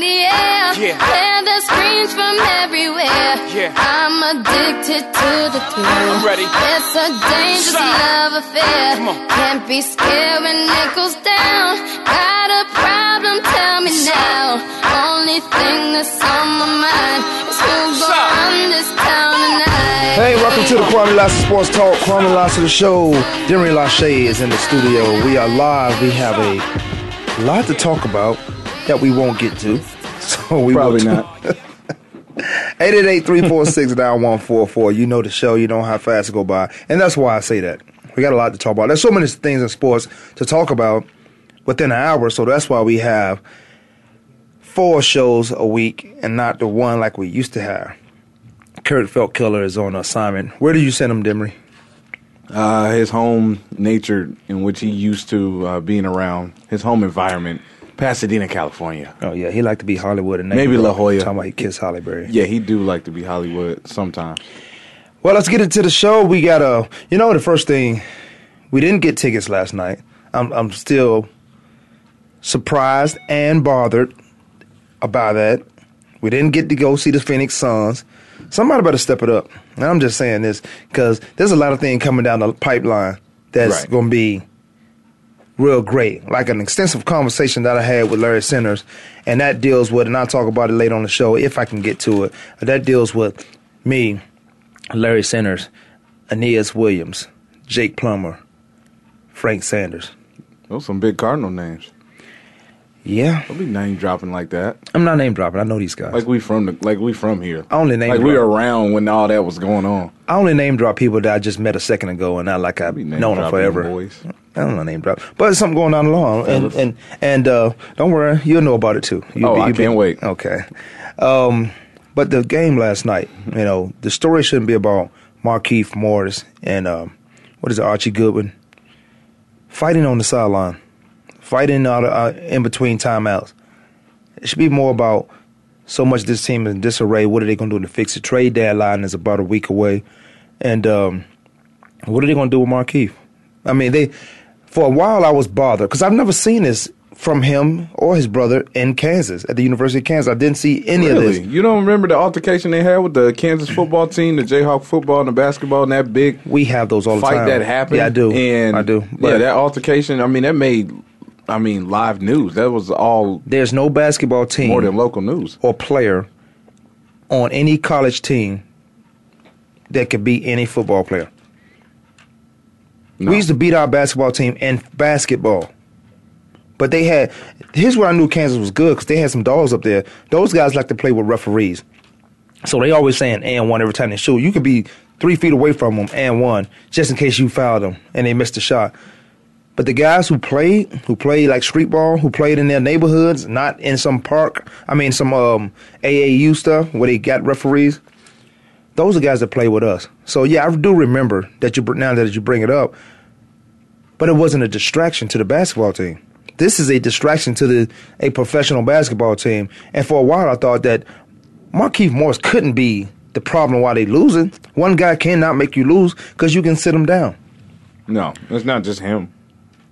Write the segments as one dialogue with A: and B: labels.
A: the air.
B: Yeah.
A: Hear the screams from everywhere.
B: Yeah.
A: I'm addicted to the thrill.
B: I'm ready.
A: It's a dangerous
B: Side.
A: love affair.
B: Come on.
A: Can't be scared when it goes down. Got a problem? Tell me now. Only thing that's on my mind is who's gonna
B: Side.
A: run this town tonight.
C: Hey, welcome to the Kwame Lassie Sports Talk. Kwame Lassie, the show. Demary Lachey is in the studio. We are live. We have a lot to talk about that we won't get to. So we
D: Probably
C: will
D: not.
C: 888-346-9144. You know the show. You know how fast it go by. And that's why I say that. We got a lot to talk about. There's so many things in sports to talk about within an hour. So that's why we have four shows a week and not the one like we used to have. Kurt Felt Killer is on assignment. Where do you send him, Demery?
D: Uh, his home nature in which he used to uh, being around, his home environment, Pasadena, California.
C: Oh yeah, he like to be Hollywood and
D: Maybe La Jolla.
C: Talking about he kiss Holly Berry.
D: Yeah, he do like to be Hollywood sometimes.
C: Well, let's get into the show. We got a. You know, the first thing we didn't get tickets last night. I'm I'm still surprised and bothered about that. We didn't get to go see the Phoenix Suns. Somebody better step it up. And I'm just saying this because there's a lot of things coming down the pipeline that's
D: Right.
C: going to be real great. Like an extensive conversation that I had with Larry Centers, and that deals with, and I'll talk about it later on the show if I can get to it. But that deals with me, Larry Centers, Aeneas Williams, Jake Plummer, Frank Sanders.
D: Those some big Cardinal names.
C: Yeah,
D: Don't be name dropping like that.
C: I'm not name dropping. I know these guys.
D: Like we from the, like we from here.
C: Only name
D: like we
C: drop.
D: around when all that was going on.
C: I only name drop people that I just met a second ago, and not like I've
D: Be name
C: known them
D: dropping
C: forever.
D: boys.
C: I don't know name drop, but it's something going on along, and and and uh, don't worry, you'll know about it too. You,
D: Oh, I
C: you
D: can't wait.
C: Okay, um, but the game last night, you know, the story shouldn't be about Markeith Morris and um, what is it, Archie Goodwin fighting on the sideline, fighting out uh, in between timeouts. It should be more about so much this team is in disarray. What are they going to do to fix it? Trade deadline is about a week away, and um, what are they going to do with Markeith? I mean, they for a while I was bothered because I've never seen this from him or his brother in Kansas at the University of Kansas. I didn't see any of this.
D: Really? You don't remember the altercation they had with the Kansas football team, the Jayhawk football, and the basketball, and that big
C: We have those all the
D: fight
C: time.
D: that happened.
C: Yeah, I do.
D: And
C: I do.
D: yeah,
C: But
D: that altercation. I mean, that made. I mean, live news. That was all
C: there's no basketball team
D: more than local news.
C: or player on any college team that could beat any football player.
D: No.
C: We used to beat our basketball team in basketball. But they had, here's where I knew Kansas was good because they had some dogs up there. Those guys like to play with referees. So they always saying and one every time they shoot. You could be three feet away from them and one just in case you foul them and they missed the shot. But the guys who played, who played like street ball, who played in their neighborhoods, not in some park, I mean some um, AAU stuff where they got referees. Those are guys that play with us. So yeah, I do remember that you br- now that you bring it up. But it wasn't a distraction to the basketball team. This is a distraction to the a professional basketball team. And for a while, I thought that Marquise Morris couldn't be the problem why they losing. One guy cannot make you lose because you can sit him down.
D: No, it's not just him.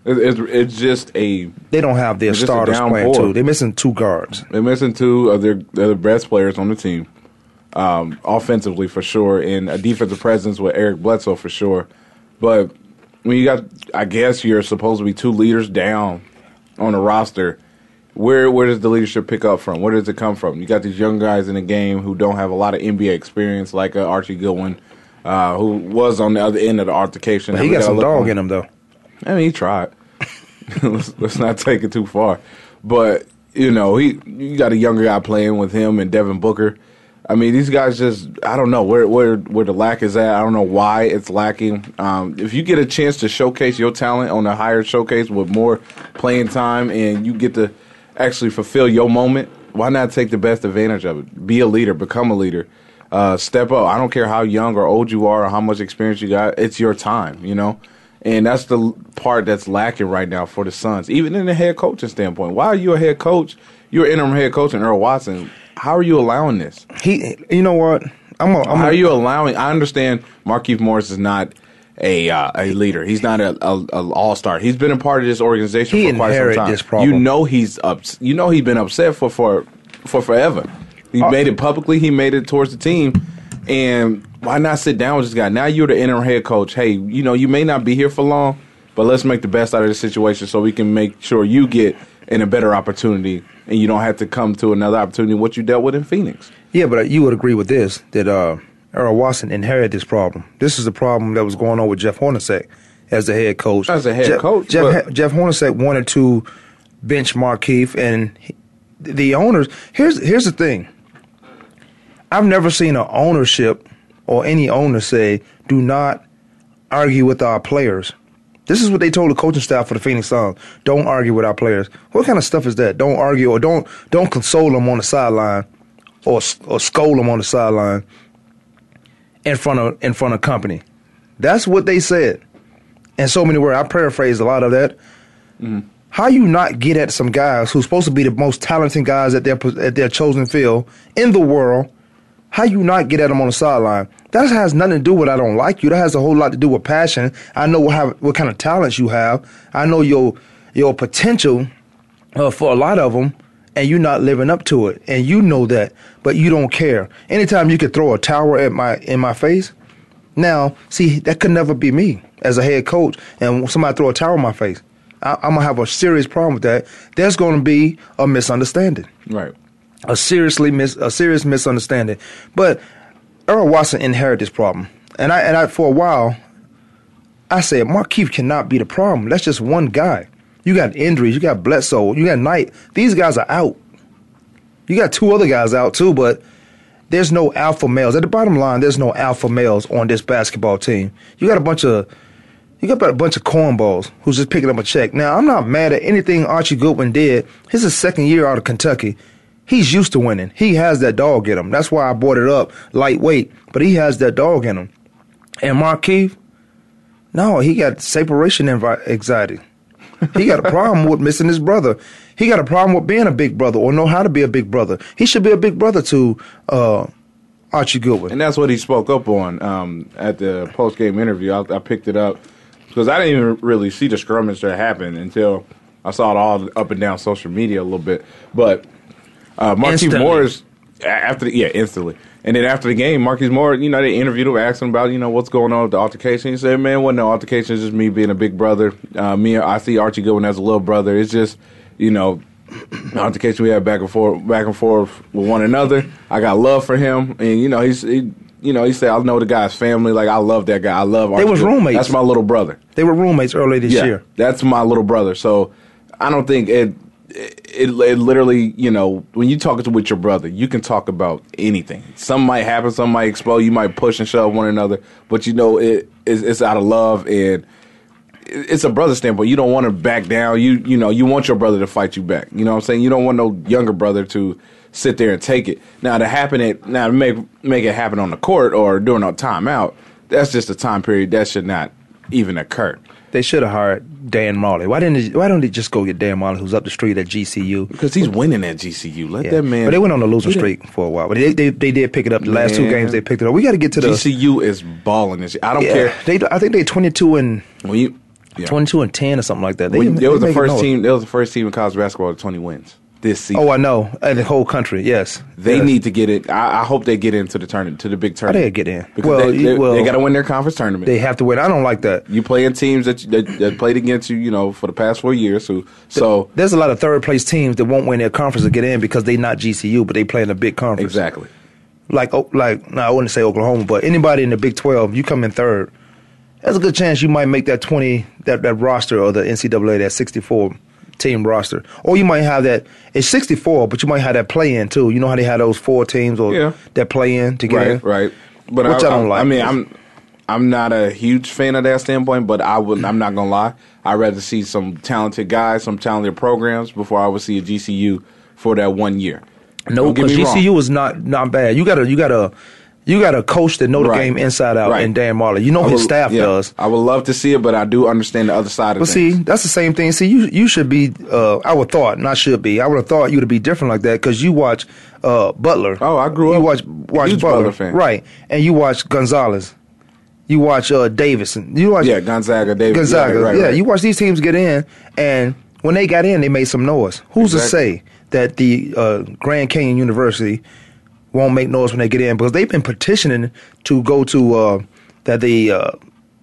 D: It, it's it's just a
C: They don't have their
D: It's just a
C: starters playing
D: downpour.
C: too. They're missing two guards.
D: they're missing two of their they're the best players on the team, um, offensively for sure, and a defensive presence with Eric Bledsoe for sure. But when you got, I guess you're supposed to be two leaders down on a roster. Where where does the leadership pick up from? Where does it come from? You got these young guys in the game who don't have a lot of NBA experience, like uh, Archie Goodwin, uh, who was on the other end of the altercation.
C: He got some dog in him though.
D: I mean, he tried. let's, let's not take it too far. But you know, he you got a younger guy playing with him and Devin Booker. I mean, these guys just I don't know where where where the lack is at. I don't know why it's lacking. Um, if you get a chance to showcase your talent on a higher showcase with more playing time and you get to actually fulfill your moment, why not take the best advantage of it? Be a leader, become a leader. Uh, step up. I don't care how young or old you are or how much experience you got. It's your time, you know. And that's the l- part that's lacking right now for the Suns, even in the head coaching standpoint. Why are you a head coach? You're interim head coach and Earl Watson. How are you allowing this?
C: He, you know what? I'm gonna, I'm
D: How
C: gonna-
D: are you allowing? I understand Markeith Morris is not a uh, a leader. He's not a, a, a all star. He's been a part of this organization
C: He
D: for quite some
C: inherited
D: time.
C: this problem.
D: You know he's up. You know he's been upset for for for forever. He
C: Uh,
D: made it publicly. He made it towards the team. And why not sit down with this guy? Now you're the interim head coach. Hey, you know you may not be here for long, but let's make the best out of the situation so we can make sure you get in a better opportunity and you don't have to come to another opportunity what you dealt with in Phoenix.
C: Yeah, but uh, you would agree with this that uh, Earl Watson inherited this problem. This is the problem that was going on with Jeff Hornacek as the head coach.
D: As the head
C: Jeff,
D: coach,
C: Jeff,
D: but-
C: Jeff Hornacek wanted to bench Markeith, and he- the owners. Here's here's the thing. I've never seen an ownership or any owner say, "Do not argue with our players." This is what they told the coaching staff for the Phoenix Suns: "Don't argue with our players." What kind of stuff is that? Don't argue or don't don't console them on the sideline, or s- or scold them on the sideline in front of in front of company. That's what they said. In so many words, I paraphrased a lot of that. How you not get at some guys who's supposed to be the most talented guys at their pos- at their chosen field in the world? How you not get at them on the sideline? That has nothing to do with I don't like you. That has a whole lot to do with passion. I know what, have, what kind of talents you have. I know your your potential uh, for a lot of them, and you're not living up to it, and you know that, but you don't care. Anytime you could throw a tower at my in my face, now see that could never be me as a head coach, and when somebody throw a tower in my face, I, I'm gonna have a serious problem with that. There's gonna be a misunderstanding
D: Right.
C: a seriously mis- a serious misunderstanding. But Earl Watson inherited this problem, and I and I for a while, I said Markeith cannot be the problem. That's just one guy. You got injuries. You got Bledsoe. You got Knight. These guys are out. You got two other guys out too, but there's no alpha males. At the bottom line, there's no alpha males on this basketball team. You got a bunch of you got a bunch of cornballs who's just picking up a check. Now, I'm not mad at anything Archie Goodwin did. His is second year out of Kentucky. He's used to winning. He has that dog in him. That's why I brought it up lightweight, but he has that dog in him. And Markeith, no, he got separation anvi- anxiety. He got a problem with missing his brother. He got a problem with being a big brother or know how to be a big brother. He should be a big brother to uh, Archie Goodwin.
D: And that's what he spoke up on um, at the post game interview. I, I picked it up because I didn't even really see the scrimmage that happened until I saw it all up and down social media a little bit. But uh, Marquise
C: Instantly.
D: Morris a- after the, yeah instantly, and then after the game, Marquise Morris, you know, they interviewed him, asked him about you know what's going on with the altercation. He said, "Man, it wasn't no altercation. It's just me being a big brother. Uh, me, I see Archie Goodwin as a little brother. It's just you know." altercation we had back and forth, back and forth with one another. I got love for him, and you know he's, he, you know he said I know the guy's family. Like I love that guy. I love. Archie.
C: was roommates.
D: That's my little brother.
C: They were roommates earlier this
D: Yeah,
C: year.
D: that's my little brother. So I don't think it, it. It literally, you know, when you talk to with your brother, you can talk about anything. Some might happen, some might explode. You might push and shove one another, but you know it. It's, it's out of love and it's a brother standpoint. You don't want to back down. You you know you want your brother to fight you back. You know what I'm saying. You don't want no younger brother to sit there and take it. Now to happen it now to make make it happen on the court or during a timeout. That's just a time period that should not even occur.
C: They should have hired Dan Marley. Why didn't? They, why don't they just go get Dan Marley, who's up the street at GCU?
D: Because he's winning at GCU. Let
C: Yeah.
D: that man.
C: but they went on a losing
D: He didn't-
C: streak for a while. But they, they they did pick it up. The last two
D: Man.
C: games they picked it up. We got to get to the.
D: GCU is balling. This year. I don't
C: yeah,
D: care.
C: they I think they twenty two and
D: When you, yeah.
C: twenty two and ten or something like that. They,
D: When-
C: they
D: it was the
C: make
D: first
C: noise.
D: team. It was the first team in college basketball to 20 wins this season.
C: Oh, I know. Uh, the whole country. Yes,
D: They
C: Yes.
D: need to get it. I, I hope they get into the tournament, to the big tournament.
C: they'll get in.
D: Because
C: Well,
D: they,
C: you-
D: they,
C: well-
D: got to win their conference tournament.
C: They have to win. I don't like that.
D: you play in teams that, that that played against you, you know, for the past four years. Who so
C: There's a lot of third place teams that won't win their conference to get in because they not GCU, but they play in a big conference.
D: exactly.
C: like oh, like no, I wouldn't say Oklahoma, but anybody in the Big Twelve, you come in third. There's a good chance you might make that twenty that, that roster or the NCAA that sixty four team roster. Or you might have that it's sixty four, but you might have that play in too. You know how they have those four teams or
D: Yeah.
C: that play in to get in?
D: right, right. But
C: Which I don't like.
D: I mean, I'm I'm not a huge fan of that standpoint, but I would. I'm not gonna lie. I'd rather see some talented guys, some talented programs before I would see a GCU for that one year.
C: No,
D: Don't get
C: because
D: me wrong.
C: GCU is not not bad. You gotta you gotta you got a coach that know the
D: Right.
C: game inside out,
D: Right.
C: and Dan Marley. You know
D: I
C: his
D: would-
C: staff
D: yeah,
C: does.
D: I would love to see it, but I do understand the other side of
C: But
D: things.
C: see, that's the same thing. See, you you should be. Uh, I would thought, not should be. I would have thought you would be different like that because you watch uh, Butler.
D: Oh, I grew up
C: You watch watch
D: huge
C: Butler,
D: Butler fan.
C: right? And you watch Gonzalez. You watch uh, Davison. You watch
D: yeah, Gonzaga, David,
C: Gonzaga.
D: yeah, right,
C: yeah,
D: right.
C: you watch these teams get in, and when they got in, they made some noise. Who's
D: Exactly.
C: to say that the uh, Grand Canyon University won't make noise when they get in? Because they've been petitioning to go to uh, that the uh,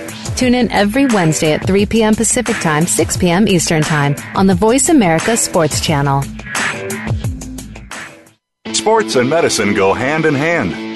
E: Tune in every Wednesday at 3 p.m. Pacific Time, 6 p.m. Eastern Time on the Voice America Sports Channel.
F: Sports and medicine go hand in hand.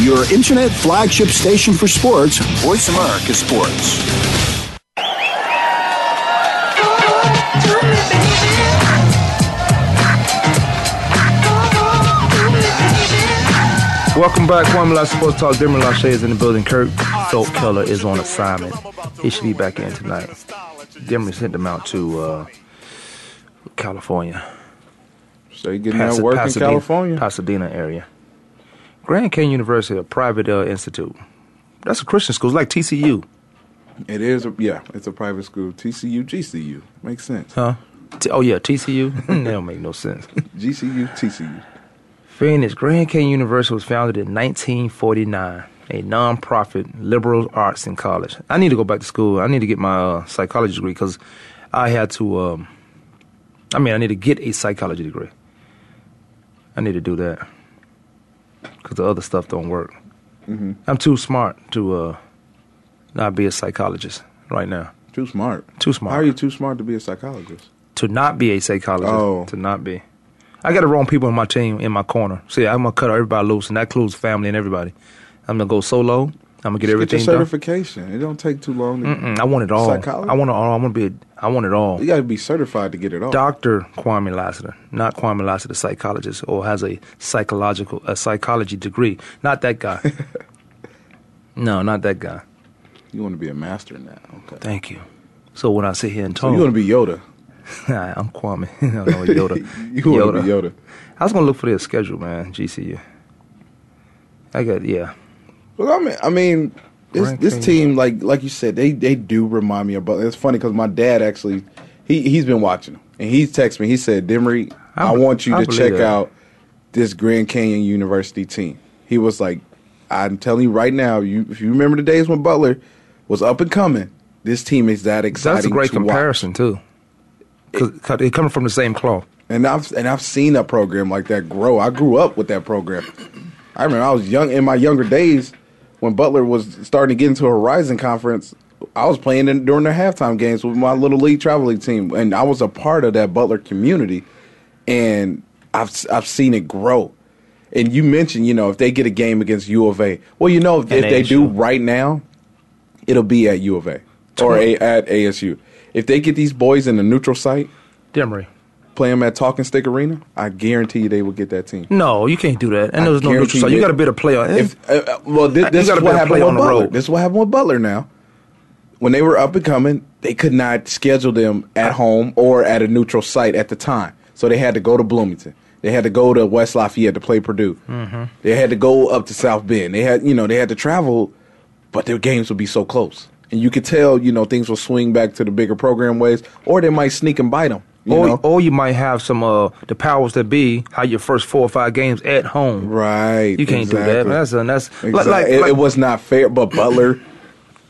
B: Your internet flagship station for sports,
F: Voice America Sports.
C: Welcome back. Kwame La Sports Talk. Dermot Lachey is in the building. Kirk Soap Keller is on assignment. He should be back in tonight. Dermot sent them out to uh, California.
D: So you getting
C: Pasa-
D: that work
C: Pasadena-
D: in California?
C: Pasadena area. Grand Canyon University, a private uh, institute. That's a Christian school. It's like TCU.
D: It is. a- Yeah, it's a private school. TCU, GCU makes sense.
C: Huh? T- oh, yeah, TCU. that don't make no sense.
D: GCU, TCU.
C: Phoenix, Grand Canyon University was founded in 1949, a nonprofit liberal arts and college. I need to go back to school. I need to get my uh, psychology degree because I had to, um, I mean, I need to get a psychology degree. I need to do that because the other stuff don't work. I'm too smart to uh, not be a psychologist right now.
D: Too smart.
C: Too smart.
D: How are you too smart to be a psychologist?
C: to not be a psychologist.
D: Oh.
C: To not be. I got the wrong people in my team in my corner. See, I'm gonna cut everybody loose, and that includes family and everybody. I'm gonna go solo. I'm gonna get
D: Get your
C: everything done.
D: certification. It don't take too long. To,
C: Mm, I want it all.
D: Psychology?
C: I want it all. I want to be. A, I want it all.
D: You got to be certified to get it all.
C: Doctor Kwame Lassiter, not Kwame Lassiter, psychologist, or has a psychological a psychology degree. Not that guy. no, not that guy.
D: You want to be a master now. Okay.
C: Thank you. So when I sit here and
D: So
C: talk,
D: you want to be Yoda.
C: I'm Kwame. I don't know Yoda.
D: you want to be Yoda.
C: I was gonna look for their schedule, man. GCU. I got yeah.
D: Well, I mean, I mean, this,
C: Grand
D: this
C: Canyon.
D: team, like like you said, they they do remind me about. It's funny because my dad actually, he he's been watching them, and he texted me. He said, "Demery,
C: I
D: I,
C: be-
D: want you
C: I
D: to
C: believe
D: check
C: that.
D: out this Grand Canyon University team." He was like, "I'm telling you right now, you if you remember the days when Butler was up and coming, this team is that exciting."
C: That's a great
D: to watch."
C: comparison too. Because they're coming from the same cloth.
D: And I've and I've seen a program like that grow. I grew up with that program. I remember I was young in my younger days when Butler was starting to get into a Horizon Conference. I was playing in, during their halftime games with my little league travel league team, and I was a part of that Butler community. And I've s- I've seen it grow. And you mentioned, you know, if they get a game against U of A, well, you know, if, if they do
C: ASU.
D: right now, it'll be at U of A or a, at ASU. If they get these boys in the neutral site,
C: Demery.
D: play them at Talking Stick Arena, I guarantee you they will get that team.
C: No, you can't do that. And
D: I
C: there's no neutral
D: guarantee
C: side. You
D: they-
C: got to be the player.
D: If, uh, uh, well, thi-
C: You
D: this,
C: gotta
D: is
C: be a
D: what happened
C: player
D: with
C: on the
D: Butler.
C: road.
D: This is what happened with Butler now. When they were up and coming, they could not schedule them at home or at a neutral site at the time. So they had to go to Bloomington. They had to go to West Lafayette to play Purdue.
C: Mm-hmm.
D: They had to go up to South Bend. They had, you know, they had to travel, but their games would be so close, and you could tell, you know, things will swing back to the bigger program ways, or they might sneak and bite them. You
C: or,
D: know?
C: or you might have some uh the powers that be how your first four or five games at home.
D: Right.
C: You can't do that. Man.
D: exactly.
C: That's and that's
D: Exactly.
C: like, like,
D: it,
C: like-
D: it was not fair, but Butler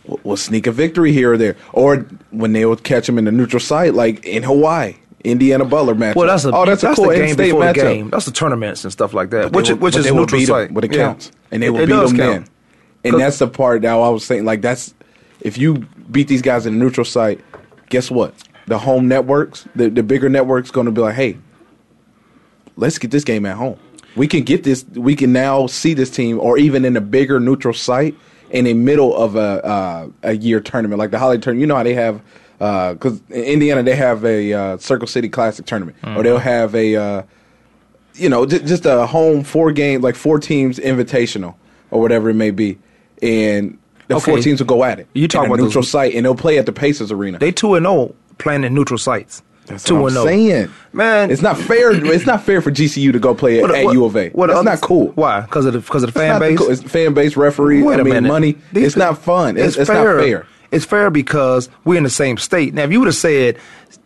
D: w- will sneak a victory here or there, or when they would catch him in the neutral site, like in Hawaii, Indiana Butler matchup.
C: well, that's a
D: oh, that's, a cool
C: the game
D: in-state
C: before
D: matchup.
C: the game. That's the tournaments and stuff like that,
D: They
C: which
D: will-
C: which
D: but
C: is
D: they will
C: neutral
D: beat 'em,
C: site,
D: but it
C: Yeah.
D: counts, and they
C: It-
D: will
C: it
D: beat
C: does
D: them
C: count.
D: then. And
C: Cause-
D: that's the part that I was saying. Like that's if you beat these guys in the neutral site, guess what? The home networks, the the bigger networks, going to be like, hey, let's get this game at home. We can get this. We can now see this team, or even in a bigger neutral site, in the middle of a uh, a year tournament, like the holiday tournament. You know how they have because in Indiana they have a uh, Circle City Classic tournament, or they'll
C: Mm-hmm.
D: have a uh, you know j- just a home four game like four teams invitational or whatever it may be, and the four
C: Okay.
D: teams will go at it.
C: You talking
D: in a
C: about those-
D: neutral site, and they'll play at the Pacers Arena.
C: They two and zero playing in neutral sites.
D: That's
C: two
D: what
C: and
D: I'm
C: zero.
D: saying.
C: man,
D: oh. It's not fair. It's not fair for GCU to go play at,
C: what-
D: at
C: what-
D: U of A.
C: what
D: That's
C: other-
D: not cool.
C: Why? Because of the because of the
D: It's
C: fan
D: not
C: base.
D: cool. It's fan base, referee.
C: Wait
D: I
C: a
D: mean,
C: minute.
D: money.
C: These
D: it's
C: pe-
D: not fun. It's, it's not fair.
C: It's fair because we're in the same state. Now, if you would have said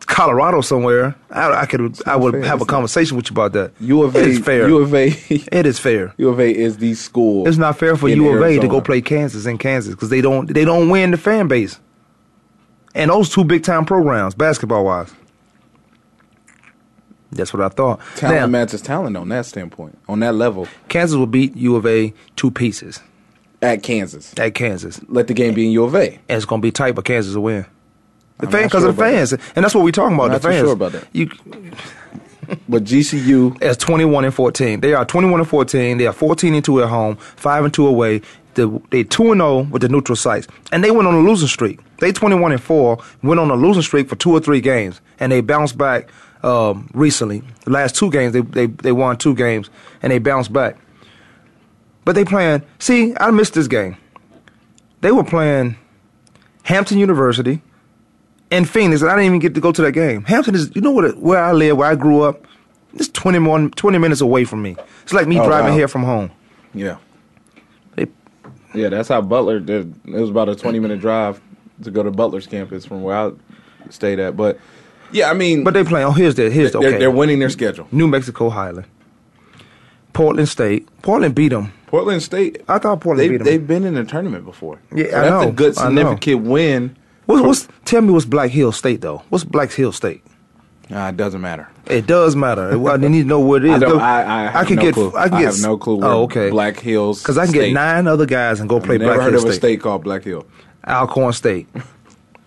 C: Colorado somewhere, I, I could I would
D: fair.
C: have a
D: It's not-
C: conversation with you about that.
D: U of A.
C: it is fair.
D: U of A.
C: it is fair.
D: U of A is the school.
C: It's not fair for
D: in
C: U of A to
D: Arizona.
C: go play Kansas in Kansas because they don't they don't win the fan base. And those two big time programs, basketball wise. That's what I thought.
D: Talent
C: now,
D: matches talent on that standpoint, on that level
C: Kansas will beat U of A two pieces
D: at Kansas.
C: at Kansas. And
D: Let the game be in U of A.
C: it's gonna be tight, but Kansas will win. The fans,
D: I'm not
C: because
D: sure
C: of the
D: about
C: fans, and that's what we're talking about.
D: I'm not
C: the
D: too
C: fans.
D: sure about that.
C: You
D: But GCU,
C: as twenty one and fourteen, they are twenty one and fourteen. They are fourteen and two at home, five and two away. The, they two and zero with the neutral sites, and they went on a losing streak. They twenty one and four went on a losing streak for two or three games, and they bounced back um, recently. The last two games, they, they they won two games, and they bounced back. But they playing. See, I missed this game. They were playing Hampton University and Phoenix, and I didn't even get to go to that game. Hampton is, you know what? it- Where I live, where I grew up, it's 20, more, 20 minutes away from me. It's like me
D: Oh,
C: driving
D: wow.
C: here from home.
D: yeah,
C: They-
D: yeah, that's how Butler did. It was about a twenty-minute drive to go to Butler's campus from where I stayed at. But yeah, I mean,
C: but they playing. Oh, here's the here's the okay.
D: they're, they're winning their schedule.
C: New Mexico Highland, Portland State. Portland beat them.
D: Portland State.
C: I thought Portland
D: they,
C: beat 'em.
D: They've been in a tournament before.
C: Yeah,
D: so
C: I
D: that's
C: know.
D: a good
C: I know.
D: significant win.
C: What's,
D: for-
C: what's tell me what's Black Hill State though? What's Black Hill State?
D: Nah, it doesn't matter.
C: It does matter. I need to know what it is.
D: I, don't, I, I, have
C: can
D: no
C: get.
D: Clue.
C: I can get.
D: have no clue. Where
C: oh, okay.
D: Black Hills.
C: Because I can
D: State.
C: get nine other guys and go play
D: Never
C: Black
D: heard
C: Hill
D: of a state called Black Hill.
C: Alcorn State.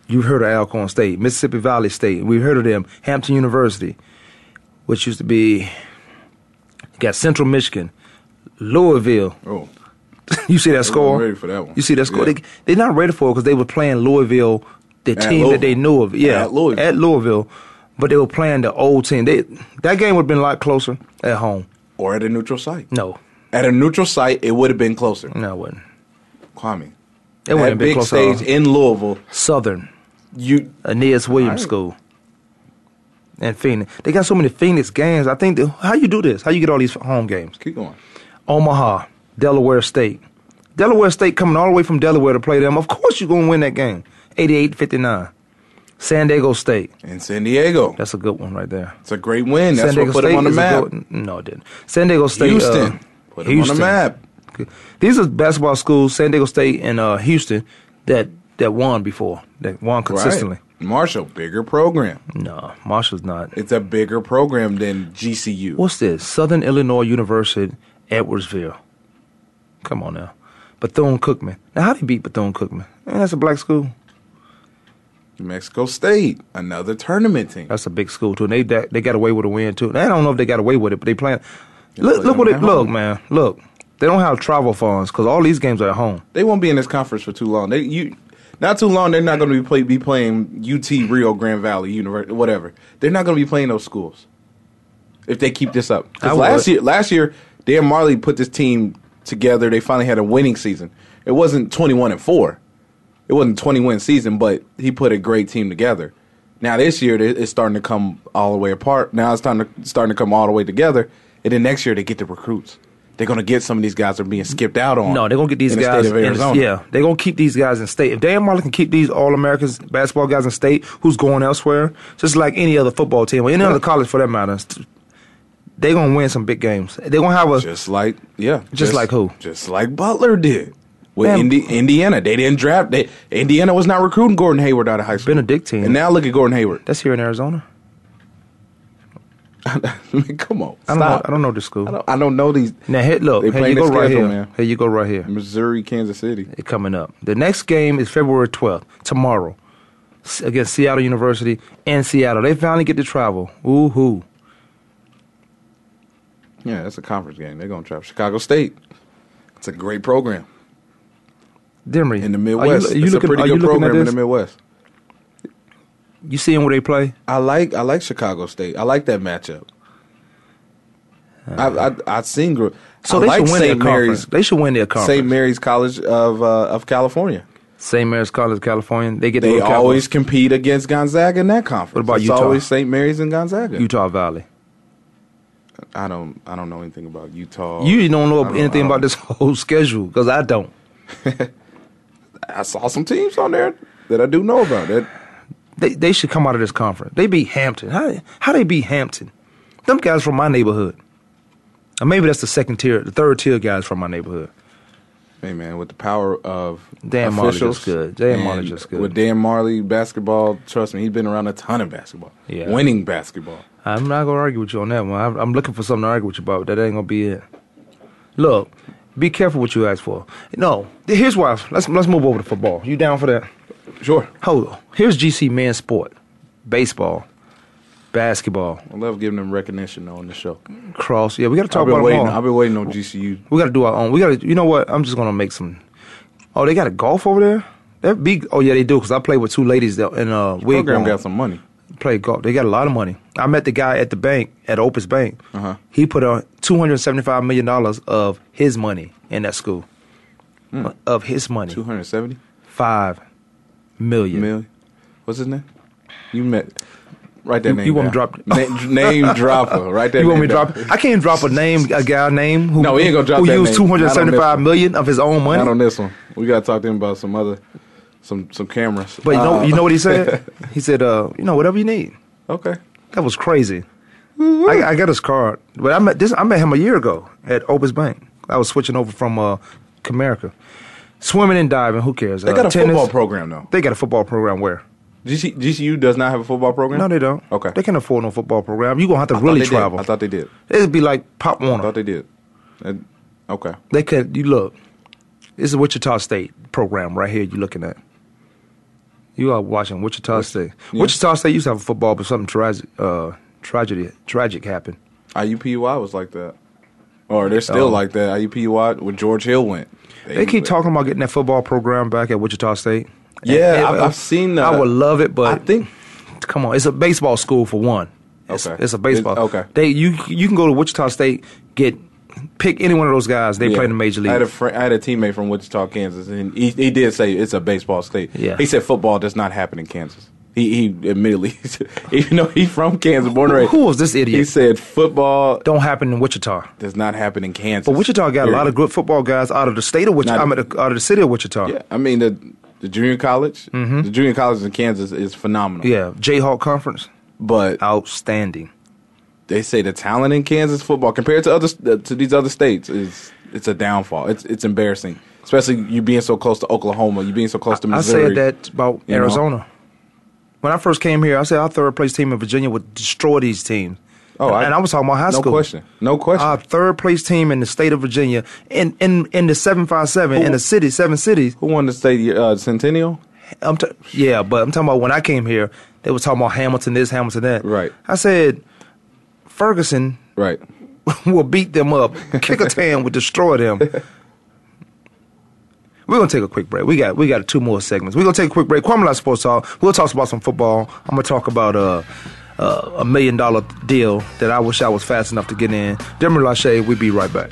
C: You've heard of Alcorn State, Mississippi Valley State. We've heard of them. Hampton University, which used to be, got Central Michigan, Louisville.
D: Oh,
C: You see that score?
D: ready for that one.
C: You see that score?
D: Yeah.
C: They, they're not ready for it because they were playing Louisville, the team that they
D: Louisville.
C: knew of. Yeah,
D: At Louisville.
C: At Louisville, but they were playing the old team. They, that game would have been a lot closer at home.
D: or at a neutral site.
C: No,
D: At a neutral site, it would have been closer.
C: no, it wouldn't.
D: Kwame,
C: It wouldn't
D: that
C: have been
D: big
C: closer. at all.
D: stage in Louisville,
C: Southern.
D: you
C: Aeneas Williams School and Phoenix. They got so many Phoenix games. I think that, how you do this? How you get all these home games?
D: keep going.
C: Omaha, Delaware State. Delaware State coming all the way from Delaware to play them. Of course you're going to win that game. 88-59. San Diego State.
D: In San Diego,
C: That's a good one right there.
D: it's a great win. That's
C: San Diego
D: what put
C: State
D: them on the
C: is a
D: map.
C: good- no, it didn't. San Diego State.
D: Houston
C: uh,
D: put them on the map.
C: These are basketball schools, San Diego State and uh, Houston, that, that won before, that won consistently.
D: Right. Marshall, bigger program.
C: No, Marshall's not.
D: It's a bigger program than GCU.
C: What's this? Southern Illinois University, Edwardsville. Come on now. Bethune Cookman. Now, how they beat Bethune Cookman? Man, that's a black school.
D: New Mexico State, another tournament team.
C: That's a big school, too. And they, that, they got away with a win, too. I don't know if they got away with it, but they playing. Look, look
D: play them
C: what
D: at
C: it.
D: home.
C: Look, man. Look. They don't have travel funds because all these games are at home.
D: They won't be in this conference for too long. They you not too long. They're not going to be play, be playing UT Rio Grande Valley University, whatever. They're not going to be playing those schools if they keep this up. 'Cause
C: I would.
D: last year, last year Dan Marley put this team together. They finally had a winning season. It wasn't twenty one and four. It wasn't twenty win season, but he put a great team together. Now this year they- it's starting to come all the way apart. Now it's starting to starting to come all the way together. And then next year they get the recruits. They're going to get some of these guys that are being skipped out on.
C: No, they're gonna get these
D: in the
C: guys.
D: state of
C: in-
D: Arizona.
C: yeah, they're gonna keep these guys in state. If Dan Marley can keep these All Americans basketball guys in state, who's going elsewhere, just like any other football team or any other college for that matter, they're gonna win some big games. They're gonna have a
D: Just like yeah, just,
C: like who?
D: Just like Butler did with
C: Man.
D: Indi- Indiana. They didn't draft. They Indiana was not recruiting Gordon Hayward out of high school.
C: Benedictine.
D: and now look at Gordon Hayward.
C: that's here in Arizona.
D: I mean, come on,
C: I don't
D: stop.
C: know. I don't know the school.
D: I don't, I don't know these.
C: Now hit look.
D: They
C: Here you
D: playing
C: go
D: the
C: right
D: schedule,
C: here.
D: man.
C: Here you go right here.
D: Missouri, Kansas City.
C: It coming up. The next game is February twelfth, tomorrow, s- against Seattle University in Seattle. They finally get to travel. Woo hoo!
D: Yeah, that's a conference game. They're gonna trap Chicago State. It's a great program.
C: Demery.
D: in the Midwest.
C: Are you, are you
D: it's
C: looking,
D: a pretty
C: are you
D: good
C: looking
D: program
C: at
D: in
C: this?
D: the Midwest.
C: You seeing where they play?
D: I like I like Chicago State. I like that matchup. I I I've seen group.
C: So
D: I
C: they
D: like
C: should win their
D: St.
C: conference.
D: Mary's
C: They should win their conference.
D: St. Mary's College of uh, of California.
C: St. Mary's College, California. They get the
D: They
C: little Cowboys.
D: always compete against Gonzaga in that conference.
C: What about
D: it's
C: Utah?
D: always St. Mary's and Gonzaga.
C: Utah Valley.
D: I don't I don't know anything about Utah.
C: You don't know
D: Oh, I I
C: anything
D: don't-
C: about this whole schedule because I don't.
D: I saw some teams on there that I do know about. That
C: They they should come out of this conference. They beat Hampton. How how they beat Hampton? Them guys from my neighborhood. Or maybe that's the second tier, the third tier guys from my neighborhood.
D: hey man, with the power of
C: Dan Marley
D: officials,
C: just good. Dan
D: and
C: Marley just good.
D: With Dan Marley basketball, trust me, he's been around a ton of basketball.
C: Yeah.
D: winning basketball.
C: I'm not gonna argue with you on that one. I'm, I'm looking for something to argue with you about. But that ain't gonna be it. Look, be careful what you ask for. No, here's why. Let's let's move over to football. You down for that?
D: Sure,
C: Hold on. Here's GC men's sport, baseball, basketball,
D: I love giving them recognition on the show.
C: cross. Yeah, we got to talk
D: I've been
C: about
D: waiting.
C: them all.
D: I've been waiting on GCU.
C: We got to do our own. We got to. You know what? I'm just gonna make some. Oh, they got a golf over there. That big. Oh yeah, they do. Cause I played with two ladies that in uh
D: Program
C: wigwam.
D: got some money.
C: play golf. They got a lot of money. I met the guy at the bank at Opus Bank.
D: Uh-huh.
C: He put on two hundred seventy-five million dollars of his money in that school. Of his money,
D: Hmm. Two hundred seventy
C: five million.
D: million. What's his name? You met. Write that
C: You-
D: name.
C: you want me
D: down.
C: to
D: Na- name dropper? Write that.
C: You want
D: name
C: me to drop?
D: down.
C: I can't drop a name, a guy name who
D: No, we ain't gonna drop
C: who
D: that
C: used
D: name.
C: two hundred seventy-five million of his own money.
D: Not on this one. We gotta talk to him about some other, some some cameras.
C: But you know,
D: Uh,
C: you know what he said? he said, uh, you know, whatever you need.
D: okay.
C: That was crazy. I, I got his card, but I met this. I met him a year ago at Opus Bank. I was switching over from uh, Comerica. Swimming and diving, who cares?
D: They
C: Uh,
D: got a
C: tennis.
D: football program though.
C: They got a football program where?
D: GC, GCU does not have a football program.
C: No, they don't.
D: Okay.
C: They can't afford no football program. You're going to have to
D: I thought
C: really
D: they did.
C: travel.
D: I thought they did.
C: It'd be like Pop
D: I
C: Warner.
D: thought they did. And- okay.
C: They could you look. This is Wichita State program right here. You're looking at. You are watching Wichita State.
D: yeah.
C: Wichita State used to have a football, but something tragic, uh, tragedy, tragic happened.
D: IUPUI was like that, or they're
C: Oh.
D: still like that. IUPUI where George Hill went.
C: They keep talking about getting that football program back at Wichita State.
D: Yeah,
C: And-
D: I've- I've seen that.
C: I would love it, but
D: I think-
C: come on, it's a baseball school for one. It's,
D: Okay.
C: it's a baseball.
D: It's- okay.
C: they you you can go to Wichita State, get pick any one of those guys. They
D: Yeah.
C: play in the major
D: I had a
C: league.
D: friend, I had a teammate from Wichita, Kansas, and he, he did say it's a baseball state.
C: Yeah.
D: He said football does not happen in Kansas. He, he admittedly, even though he's from Kansas, born and
C: Who-
D: raised.
C: who is this idiot?
D: He said football
C: Don't happen in Wichita.
D: does not happen in Kansas.
C: But Wichita got a lot
D: Period.
C: of good football guys out of the state of Wichita.
D: Not-
C: I mean, the- out of the city of Wichita.
D: Yeah, I mean the the junior college, the junior college in Kansas is phenomenal.
C: Mm-hmm. Yeah, Jayhawk Conference,
D: but
C: outstanding.
D: they say the talent in Kansas football compared to other to these other states is it's a downfall. It's it's embarrassing, especially you being so close to Oklahoma, you being so close to
C: I said
D: Missouri.
C: that about
D: you know?
C: Arizona. When I first came here, I said our third place team in Virginia would destroy these teams. and, and I was talking about high school.
D: Oh, no
C: Uh,
D: No question, no question.
C: Our third place team in the state of Virginia, in in, in the seven five seven in the city, seven cities.
D: Who won the state uh, centennial?
C: I'm t- yeah, but I'm talking about when I came here, they were talking about Hamilton this, Hamilton that.
D: Right.
C: I said Ferguson
D: Right.
C: will beat them up. Kickertan will destroy them. We're gonna take a quick break. We got we got two more segments. We're gonna take a quick break. Kwame Lau Sports Talk. We'll talk about some football. I'm gonna talk about uh, uh, a million dollar deal that I wish I was fast enough to get in. Demar Lachey. We'll be right back.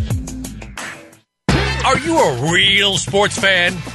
G: Are you a real sports fan?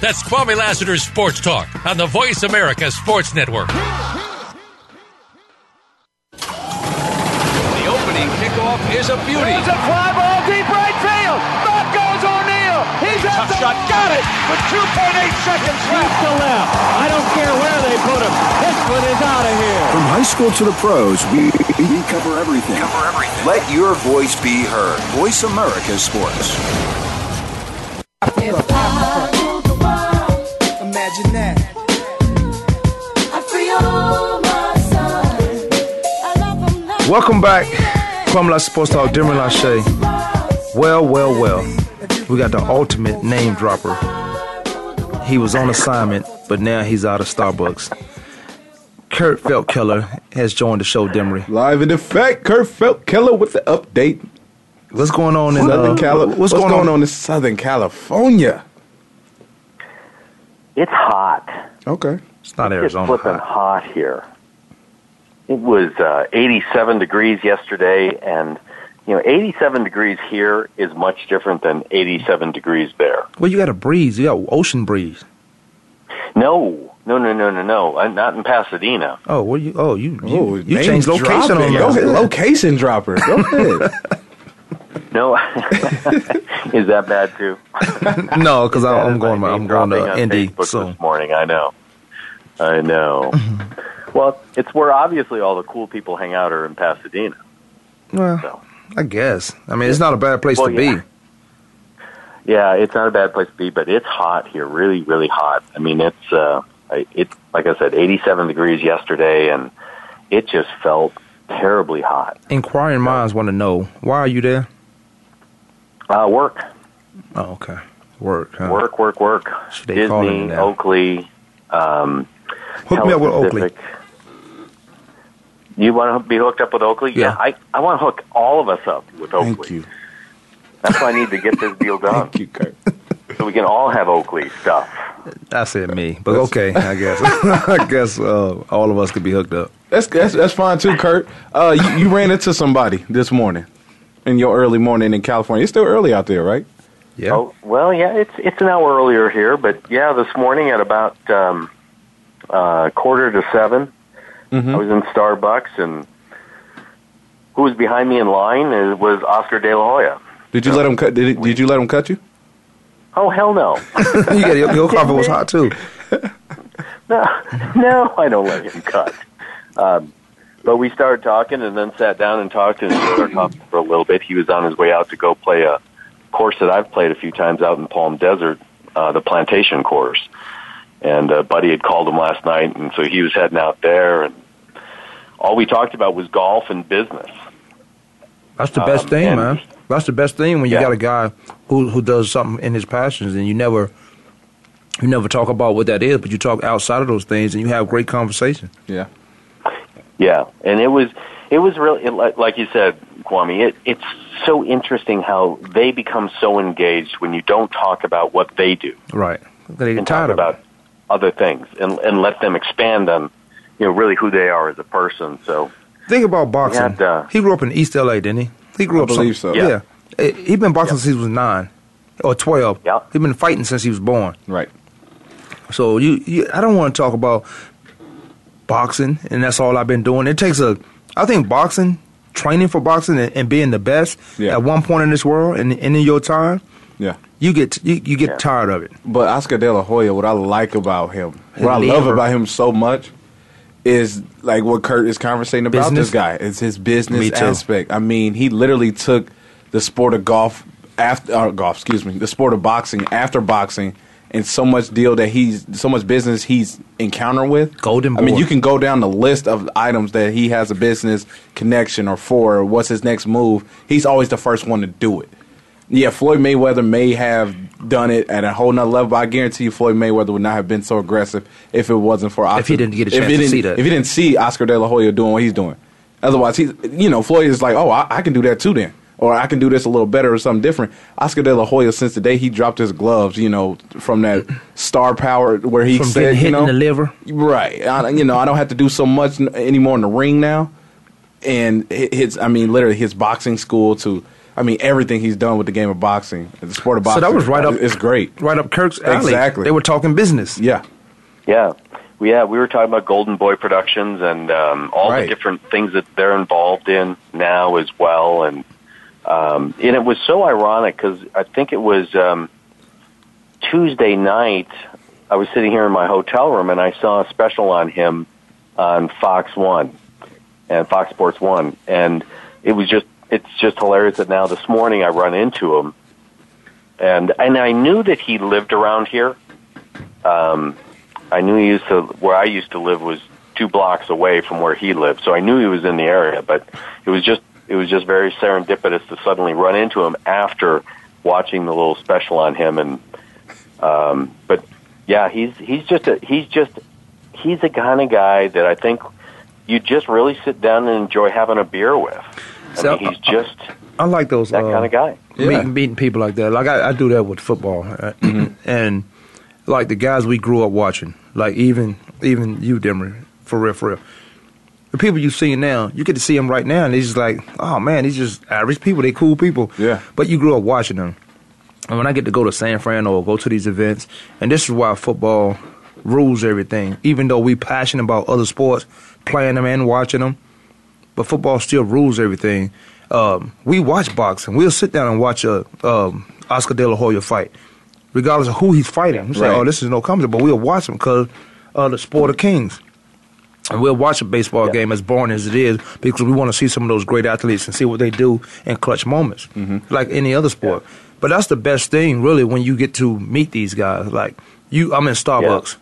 G: That's Kwame Lassiter's Sports Talk on the Voice America Sports Network.
H: The opening kickoff is a beauty.
I: It's a fly ball deep right field. Back goes O'Neill. He's at the
H: shot. Got it with 2.8 seconds left.
I: to left. I don't care where they put him. This one is out of here.
B: From high school to the pros, we, we cover everything. Cover everything. Let your voice be heard. Voice America Sports.
J: Imagine that. I free all my sons. I love 'em like
C: Welcome back. Kwame Lash Sports Talk, Demar Lachey. Well, well, well. We got the ultimate name dropper. He was on assignment, but now he's out of Starbucks. Kurt Feltkeller has joined the show, Demery.
D: Live in effect, Kurt Felt Keller with the update.
C: What's going on in
D: Southern
C: uh,
D: Cali-
C: what's, going, on?
D: in Southern California?
K: It's hot.
D: Okay.
C: It's not
K: It's
C: Arizona.
K: flipping
C: hot.
K: hot. here. It was uh, 87 degrees yesterday, and you know, 87 degrees here is much different than 87 degrees there.
C: Well, you got a breeze. You got ocean breeze.
K: No, no, no, no, no, no. i not in Pasadena.
C: Oh, where you? Oh, you. You,
D: Oh,
C: you
D: name
C: changed location
D: dropping.
C: on
D: Go
C: us.
D: ahead, Location dropper. Go ahead.
K: No, is that bad too?
C: no, because
K: Oh,
C: I'm going.
K: My
C: I'm
K: name
C: going
K: dropping
C: to
K: on
C: Indy
K: Facebook
C: soon.
K: this morning. I know. I know. well, it's where obviously all the cool people hang out are in Pasadena.
C: Well, I guess. I mean, it's not a bad place
K: Well,
C: to
K: yeah.
C: be.
K: Yeah, it's not a bad place to be, but it's hot here, really, really hot. I mean, it's uh, I- it like I said, 87 degrees yesterday, and it just felt terribly hot.
C: Inquiring minds want to know why are you there?
K: Uh, work,
C: Oh, okay. Work. Huh?
K: work, work, work.
C: Should they call him
K: Disney,
C: now?
K: Oakley. Um,
C: Hook me up with Oakley.
K: Pacific. You want to be hooked up with Oakley?
C: Yeah.
K: I I want to hook all of us up with Oakley.
D: Thank you.
K: That's why I need to get this deal done,
D: Thank you, Kurt.
K: so we can all have Oakley stuff.
C: I said me, but okay. I guess. I guess uh, all of us could be hooked up.
D: That's, that's, that's fine too, Kurt. Uh, you, you ran into somebody this morning in your early morning in California. It's still early out there, right?
C: Yeah.
K: Oh well, yeah, it's it's an hour earlier here, but yeah, this morning at about um, uh, quarter to 7
C: Mm-hmm.
K: I was in Starbucks, and who was behind me in line is, was Oscar De La Hoya.
D: Did you let him cut? Did, did you let him cut you?
K: Oh hell no,
C: you got your, your coffee was hot too.
K: no, no, I don't let him cut. Um, but we started talking, and then sat down and talked and enjoyed our coffee for a little bit. He was on his way out to go play a course that I've played a few times out in Palm Desert, uh, the plantation course. And uh, Buddy had called him last night, and so he was heading out there. And all we talked about was golf and business.
C: That's the best
K: Um,
C: thing,
K: and-
C: man. That's the best thing when you
K: Yeah.
C: got a guy who who does something in his passions, and you never you never talk about what that is, but you talk outside of those things, and you have great conversation.
D: Yeah.
K: Yeah, and it was it was really it, like, like you said, Kwame. It, it's so interesting how they become so engaged when you don't talk about what they do
C: Right. They get
K: and talk
C: tired of
K: about
C: it.
K: other things and and let them expand on you know really who they are as a person. So
C: Think about boxing.
K: had, uh,
C: he grew up in East LA, didn't he? He grew
D: I
C: up. some-
D: believe so.
C: Yeah.
K: Yeah.
C: Eh, He been boxing since he was nine or twelve.
K: Yeah.
C: He been fighting since he was born.
D: Right.
C: So you, you I don't want to talk about boxing, and that's all I've been doing. It takes a, I think boxing, training for boxing, and, and being the best
D: Yeah.
C: at one point in this world and, and in your time.
D: Yeah.
C: you get you, you get tired of it.
D: But Oscar De La Hoya, what I like about him,
C: His
D: what I love
C: liver.
D: about him so much, is like what Kurt is conversating about
C: Business?
D: this guy. It's his
C: Me
D: business
C: too.
D: aspect. I mean, he literally took the sport of golf after uh, golf, excuse me, the sport of boxing after boxing, and so much deal that he's so much business he's encountered with. Golden. I mean,
C: boy.
D: you can go down the list of items that he has a business connection or for. Or what's his next move? He's always the first one to do it. Yeah, Floyd Mayweather may have done it at a whole nother level. But I guarantee you, Floyd Mayweather would not have been so aggressive if it wasn't for Oscar.
C: he didn't get a
D: if
C: chance
D: he
C: to
D: didn't-
C: see that.
D: If he didn't see Oscar De La Hoya doing what he's doing, otherwise he's you know Floyd is like, oh, I, I can do that too then, or I can do this a little better or something different. Oscar De La Hoya, since the day he dropped his gloves, you know, from that star power where he
C: From
D: said,
C: getting hit
D: you know,
C: in the liver.
D: right? I, you know, I don't have to do so much n- anymore in the ring now and hi- his I mean literally his boxing school to I mean everything he's done with the game of boxing, the sport
C: So
D: of boxing.
C: that was right up-
D: It's great.
C: Right up Kirk's alley.
D: Exactly.
C: They were talking business.
D: Yeah.
K: Yeah. We- Yeah, we were talking about Golden Boy Productions and um, all
D: Right.
K: the different things that they're involved in now as well. And um, and it was so ironic because I think it was um, Tuesday night. I was sitting here in my hotel room and I saw a special on him on Fox One and Fox Sports One, and it was just it's just hilarious that now this morning I run into him, and and I knew that he lived around here. Um, I knew he used to where I used to live was two blocks away from where he lived, so I knew he was in the area. But it was just it was just very serendipitous to suddenly run into him after watching the little special on him, and um, but yeah, he's he's just a he's just he's the kind of guy that I think you just really sit down and enjoy having a beer with. I
C: So-
K: mean, he's just
C: I like those
K: that kind of guy.
C: Meeting, meeting people like that. Like I, I do that with football, uh, and like the guys we grew up watching. Like even even you, Demery, for real, for real. The people you see now, you get to see them right now, and they're just like, oh man, these just average people. They cool people. Yeah. But you grew up watching them. And when I get to go to San Fran or go to these events, and this is why football rules everything. Even though we passionate about other sports, playing them and watching them, but football still rules everything. Um, we watch boxing. We'll sit down and watch a um, Oscar De La Hoya fight, regardless of who he's fighting. We say,
D: Right.
C: "Oh, this is no contest," but we'll watch him because uh, the sport of kings. And we'll watch a baseball game as boring as it is because we want to see some of those great athletes and see what they do in clutch moments, like any other sport. But that's the best thing, really, when you get to meet these guys. Like you, I'm in Starbucks.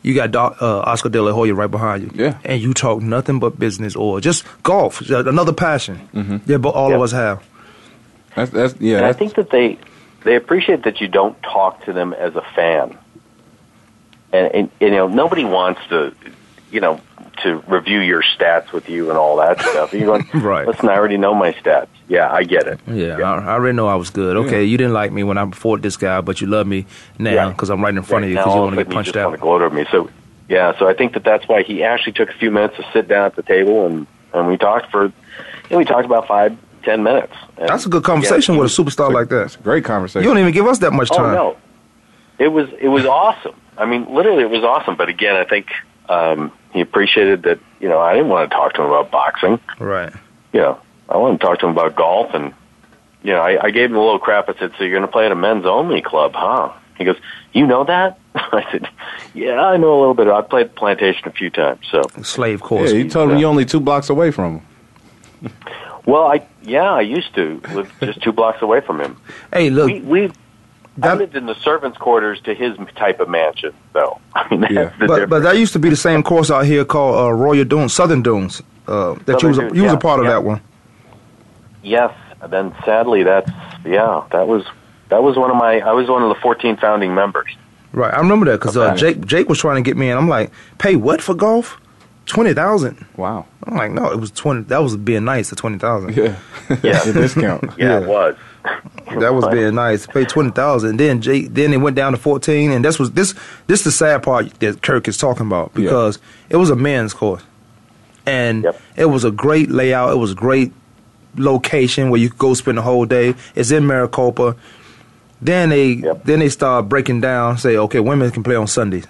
C: You got Doc, uh, Oscar De La Hoya right behind you, yeah, and you talk nothing but business or just golf, just another passion. Mm-hmm. Yeah, but all of us have.
D: That's that's yeah.
K: and I
D: That's,
K: think that they they appreciate that you don't talk to them as a fan, and, and you know nobody wants to, you know, to review your stats with you and all that stuff. You're going,
C: Right.
K: Listen, I already know my stats. Yeah, I get it.
C: Yeah, I, I already know I was good. Okay, you didn't like me when I fought this guy, but you love me now because I'm right in front of you
K: Right now,
C: because you
K: all of
C: want to
K: a sudden,
C: get
K: you
C: punched
K: just
C: out.
K: wanna gloat over me. So yeah, so I think that that's why he actually took a few minutes to sit down at the table and and we talked for, you know, we talked about five ten minutes. And
C: That's a good conversation
K: yeah,
C: with a superstar like that.
D: great conversation.
C: You don't even give us that much
K: oh,
C: time.
K: no. It was it was awesome. I mean, literally, it was awesome. But again, I think um, he appreciated that. You know, I didn't want to talk to him about boxing.
C: Right.
K: You know, I wanted to talk to him about golf, and you know, I, I gave him a little crap. I said, "So you're going to play at a men's only club, huh?" He goes, "You know that?" I said, "Yeah, I know a little bit. I played Plantation a few times." So
C: slave
D: yeah,
C: course.
D: you told him you're only two blocks away from him.
K: Well, I yeah, I used to live just two blocks away from him.
C: Hey, look,
K: we, we I lived in the servants' quarters to his type of mansion, though. I mean, that's the
C: but but that used to be the same course out here called uh, Royal Dunes, Southern Dunes. Uh, that you
K: Southern
C: was a,
K: Dunes,
C: you was
K: yeah,
C: a part of
K: yeah.
C: that one.
K: Yes, and then sadly, that's yeah, that was that was one of my I was one of the 14 founding members.
C: Right, I remember that because uh,
K: Okay.
C: Jake Jake was trying to get me in. I'm like, pay what for golf? Twenty thousand.
D: Wow.
C: I'm like, no, it was twenty. That was being nice at twenty thousand. Yeah,
K: Yeah.
D: The discount.
K: Yeah, it was.
C: that was being nice. Pay twenty thousand. Then Jake, then it went down to fourteen, and this was this this the sad part that Kirk is talking about because it was a men's course, and it was a great layout. It was a great location where you could go spend the whole day. It's in Maricopa. Then they then they start breaking down. Say, okay, women can play on Sundays.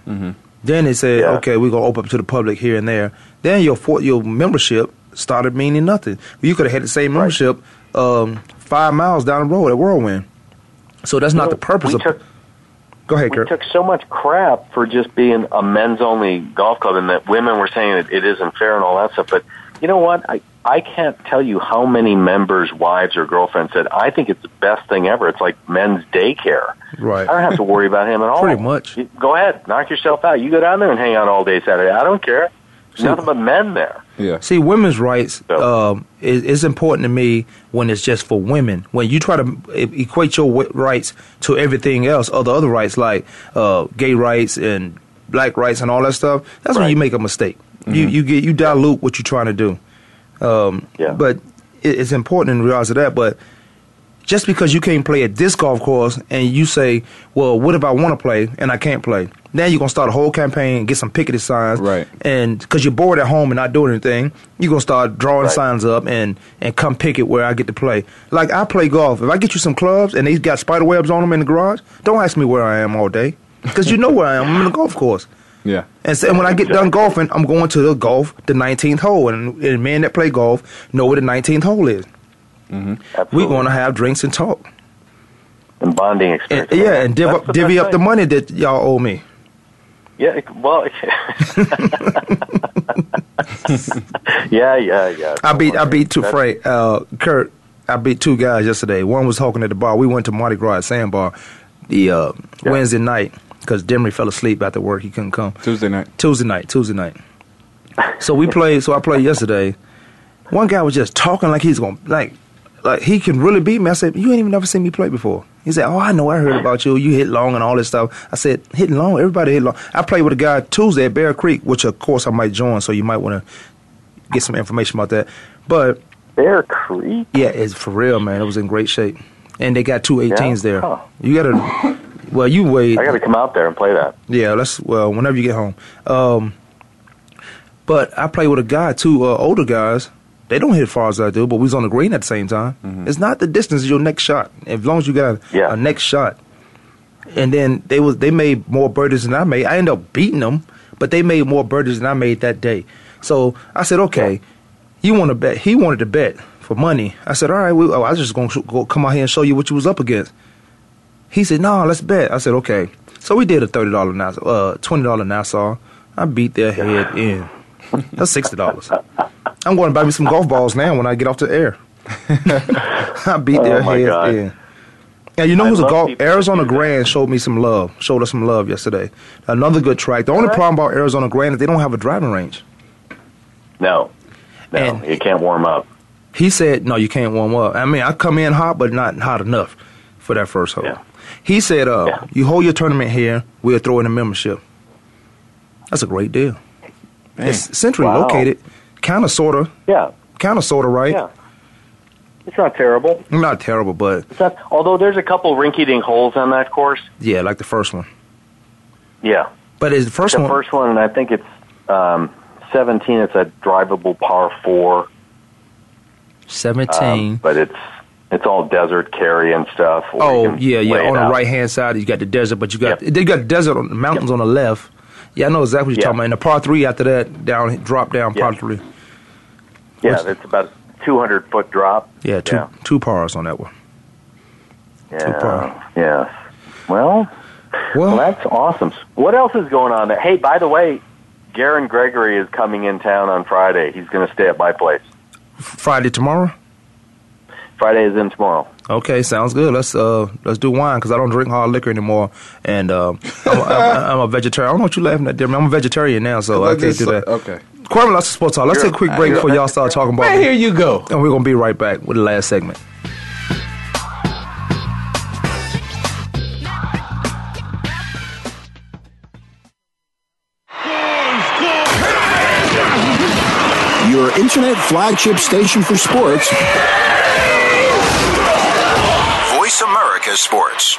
C: Then they said, okay, we're gonna open up to the public here and there. Then your for, your membership started meaning nothing. You could have had the same membership um, five miles down the road at Whirlwind. So that's not the purpose
K: we
C: of.
K: took-
C: Go ahead,
K: we
C: Kurt.
K: took so much crap for just being a men's only golf club and that women were saying it, it isn't fair and all that stuff. But you know what? I, I can't tell you how many members' wives or girlfriends said, I think it's the best thing ever. It's like men's daycare.
C: Right.
K: I don't have to worry about him at all.
C: Pretty much.
K: You- Go ahead, knock yourself out. You go down there and hang out all day Saturday. I don't care. There's nothing but men there.
D: Yeah.
C: See, women's rights um, is, is important to me when it's just for women. When you try to e- equate your w- rights to everything else, other other rights like uh, gay rights and black rights and all that stuff, that's when you make a mistake.
K: Mm-hmm.
C: You you get you dilute what you're trying to do. Um, But it, it's important in regards to that. But just because you can't play at this golf course and you say, well, what if I want to play and I can't play? Now you're going to start a whole campaign and get some picketed signs. Right. And because you're bored at home and not doing anything, you're going to start drawing signs up and, and come picket where I get to play. Like I play golf. If I get you some clubs and they got spider webs on them in the garage, don't ask me where I am all day because you know where I am. I'm in the golf course.
D: Yeah.
C: And, so, and when I get done golfing, I'm going to the golf, the 19th hole. And, and men that play golf know where the 19th hole is.
K: Oh.
C: We're going to have drinks and talk.
K: And bonding experience.
C: yeah, and div-
K: That's the
C: divvy
K: best
C: up the
K: thing.
C: money that y'all owe me.
K: Yeah, it- well, yeah, yeah, yeah.
C: I beat I beat two
K: That's-
C: Frank uh, Kurt. I beat two guys yesterday. One was talking at the bar. We went to Mardi Gras at Sandbar the uh, Wednesday night because Demery fell asleep after work. He couldn't come
D: Tuesday night.
C: Tuesday night. Tuesday night. So we played. so I played yesterday. One guy was just talking like he's gonna like like he can really beat me. I said, "You ain't even never seen me play before." He said, "Oh, I know. I heard about you. You hit long and all this stuff." I said, "Hitting long? Everybody hit long." I played with a guy Tuesday at Bear Creek, which of course I might join. So you might want to get some information about that. But
K: Bear Creek,
C: yeah, it's for real, man. It was in great shape, and they got two 18s there.
K: Huh.
C: You gotta, well, you wait.
K: I got to come out there and play that.
C: Yeah, let's. Well, whenever you get home. Um, but I play with a guy too. Uh, older guys, they don't hit far as I do, but we was on the green at the same time. It's not the distance; it's your next shot. As long as you got a, a next shot, and then they was they made more birdies than I made. I ended up beating them, but they made more birdies than I made that day. So I said, okay, you want to bet? He wanted to bet for money. I said, all right, we, oh, I was just gonna sh- go come out here and show you what you was up against. He said, "No, let's bet." I said, "Okay." So we did a thirty dollar Nassau, uh, twenty dollar Nassau. I beat their head in. That's sixty dollars. I'm going to buy me some golf balls now when I get off the air. I beat
K: Oh,
C: their
K: my
C: head
K: God.
C: in. And you know who's a
K: love
C: golf? Arizona Grand showed me some love. Showed us some love yesterday. Another good track. The only problem about Arizona Grand is they don't have a driving range.
K: No, no, you can't warm up.
C: He said, "No, you can't warm up." I mean, I come in hot, but not hot enough for that first hole. He said, "Uh, you hold your tournament here, we'll throw in a membership." That's a great deal. It's centrally
K: Wow.
C: located, kind of, sorta,
K: Yeah,
C: kind of, sorta, right?
K: Yeah. it's not terrible.
C: Not terrible, but
K: It's not, although there's a couple rinky-dink holes on that course.
C: yeah, like the first one.
K: Yeah,
C: But is the first
K: the
C: one?
K: first one, and I think it's um, 17. It's a drivable par four, uh,
C: Seventeen.
K: Um, but it's it's all desert carry and stuff. where you
C: oh
K: can
C: yeah, yeah.
K: lay it
C: On the
K: out.
C: right hand side, you got the desert, but you got they got desert on the mountains on the left. Yeah, I know exactly what you're talking about. And the par three after that, down drop down par three.
K: Yeah, it's about 200 foot drop.
C: Yeah, two
K: Yeah.
C: two pars on that one.
K: Yeah.
C: par.
K: Yes. Well, well, that's awesome. What else is going on there? Hey, by the way, Garen Gregory is coming in town on Friday. He's going to stay at my place.
C: Friday tomorrow.
K: Friday is in tomorrow.
C: Okay, sounds good. Let's uh let's do wine because I don't drink hard liquor anymore, and uh, I'm, a, I'm, a- I'm a vegetarian. I don't know what you laughing at, Jeremy. I'm a vegetarian now, so Oh, I can't do that.
D: Okay.
C: Kwame, let's sports talk. Let's take a quick break before y'all start talking about.
D: Man, here you go.
C: And we're gonna be right back with the last segment.
L: Your internet flagship station for sports.
B: Voice America Sports.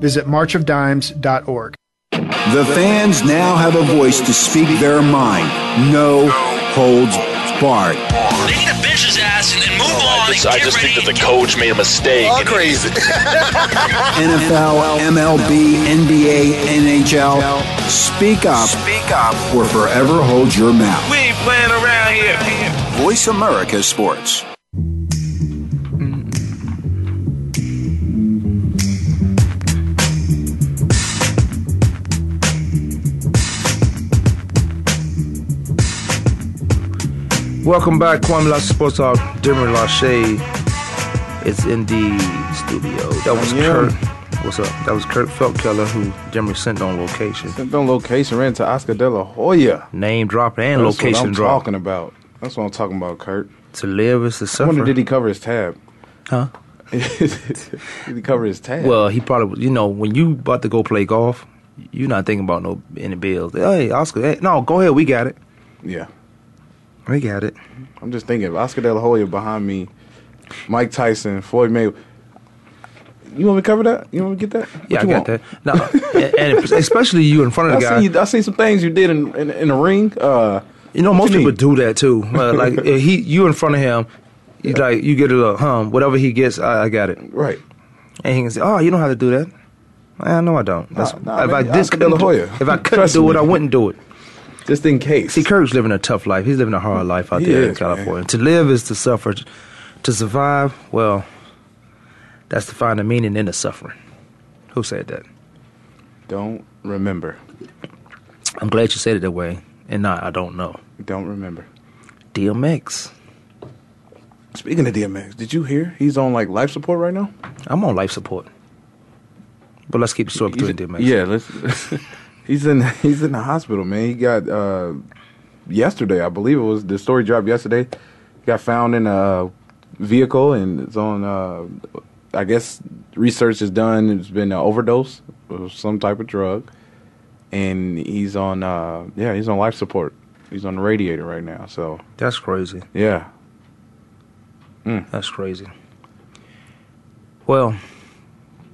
M: Visit marchofdimes.org.
B: The fans now have a voice to speak their mind. No holds barred.
N: Lick the bitch's ass and, and move on. Oh, I just, I just think that the coach made a mistake. All crazy.
B: NFL, MLB, NBA, NHL. Speak up. Speak up. Or forever hold your mouth.
N: we ain't playing around here.
B: Voice America Sports.
C: Welcome back, Kwame Lash Sports Talk. Dimmer Lachey is in the studio. That was
D: Yeah.
C: Kurt. What's up? That was Kurt Feltkeller, who Dimmer sent on location.
D: Sent on location, ran to Oscar De La Hoya.
C: Name drop and
D: That's
C: location
D: what I'm
C: drop.
D: talking about. That's what I'm talking about, Kurt.
C: To live is to
D: I wonder
C: suffer.
D: did he cover his tab?
C: Huh?
D: did he cover his tab?
C: Well, he probably, you know, when you about to go play golf, you're not thinking about no any bills. Hey, Oscar, hey, no, go ahead, we got it.
D: yeah.
C: We got it.
D: I'm just thinking if Oscar De La Hoya behind me, Mike Tyson, Floyd Mayweather. You want me to cover that? You want me to get that? What
C: Yeah, I
D: you
C: got
D: want?
C: that. No, and, and especially you in front of the
D: I
C: guy.
D: seen, you, I seen some things you did in, in, in the ring. Uh,
C: You know,
D: what
C: most
D: you
C: people
D: mean?
C: do that too. Uh, like uh, he, you in front of him, you like you get a little hum. Whatever he gets, I, I got it.
D: Right.
C: And he can say, "Oh, you don't have to do that." I know I don't. That's,
D: nah,
C: if
D: man,
C: I
D: Oscar
C: did,
D: De La
C: couldn't do,
D: Hoya.
C: if I couldn't
D: Trust
C: do it,
D: me.
C: I wouldn't do it.
D: Just in case.
C: See, Kirk's living a tough life. He's living a hard life out
D: He
C: there in
D: is, man.
C: California. To live is to suffer. To survive, well, that's to find the meaning in the suffering. Who said that?
D: Don't remember.
C: I'm glad you said it that way, and not I don't know.
D: Don't remember.
C: DMX.
D: Speaking of DMX, did you hear he's on like life support right now?
C: I'm on life support. But let's keep the story between DMX.
D: Yeah, let's. he's in he's in the hospital, man. He got uh, yesterday, I believe it was the story dropped yesterday. Got found in a vehicle and it's on. Uh, I guess research is done. It's been an overdose of some type of drug, and he's on. Uh, yeah, he's on life support. He's on the radiator right now. So
C: That's crazy.
D: yeah,
C: That's crazy. Well,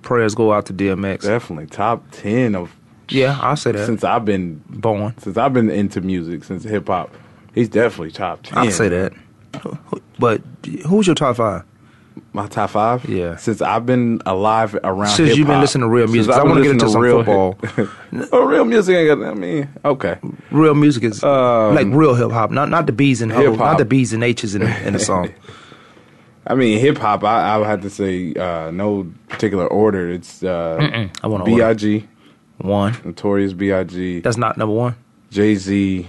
C: prayers go out to DMX.
D: definitely top ten of
C: Yeah, I'll say that.
D: since I've been
C: born,
D: since I've been into music, since hip hop, he's definitely top ten.
C: I'll say that. But who's your top five?
D: My top five?
C: Yeah.
D: Since I've been alive around
C: Since you've been
D: hip-hop.
C: listening to real music,
D: Since
C: 'cause I
D: I've
C: wanna
D: been
C: get into some
D: listening to real
C: football.
D: hip- oh, real music ain't got, I mean, okay.
C: Real music is like real hip hop, not not the B's and H's,
D: Um, Hip-hop.
C: not the B's and H's in, in the song.
D: I mean, hip hop, I, I would have to say uh, no particular order. It's uh,
C: Mm-mm. I want to order.
D: B.I.G.,
C: One.
D: Notorious B.I.G.,
C: That's not number one.
D: Jay Z,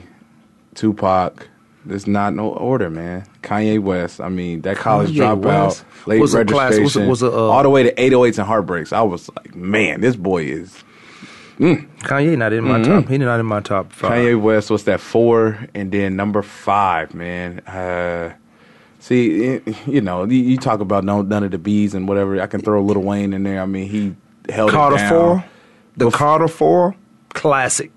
D: Tupac. There's not no order, man. Kanye West. I mean, that college
C: Kanye
D: dropout,
C: West?
D: late
C: What's a
D: registration,
C: class- what's a- what's a, uh,
D: all the way to 808s and heartbreaks. I was like, man, this boy is
C: Kanye not in my
D: Mhm.
C: top. He not in my top five.
D: Kanye West, what's that four? And then number five, man. Uh, see, it- you know, you, you talk about no, none of the bees and whatever. I can throw Little Wayne in there. I mean, he held
C: Carter
D: it down.
C: Four, the Carter Four, classic.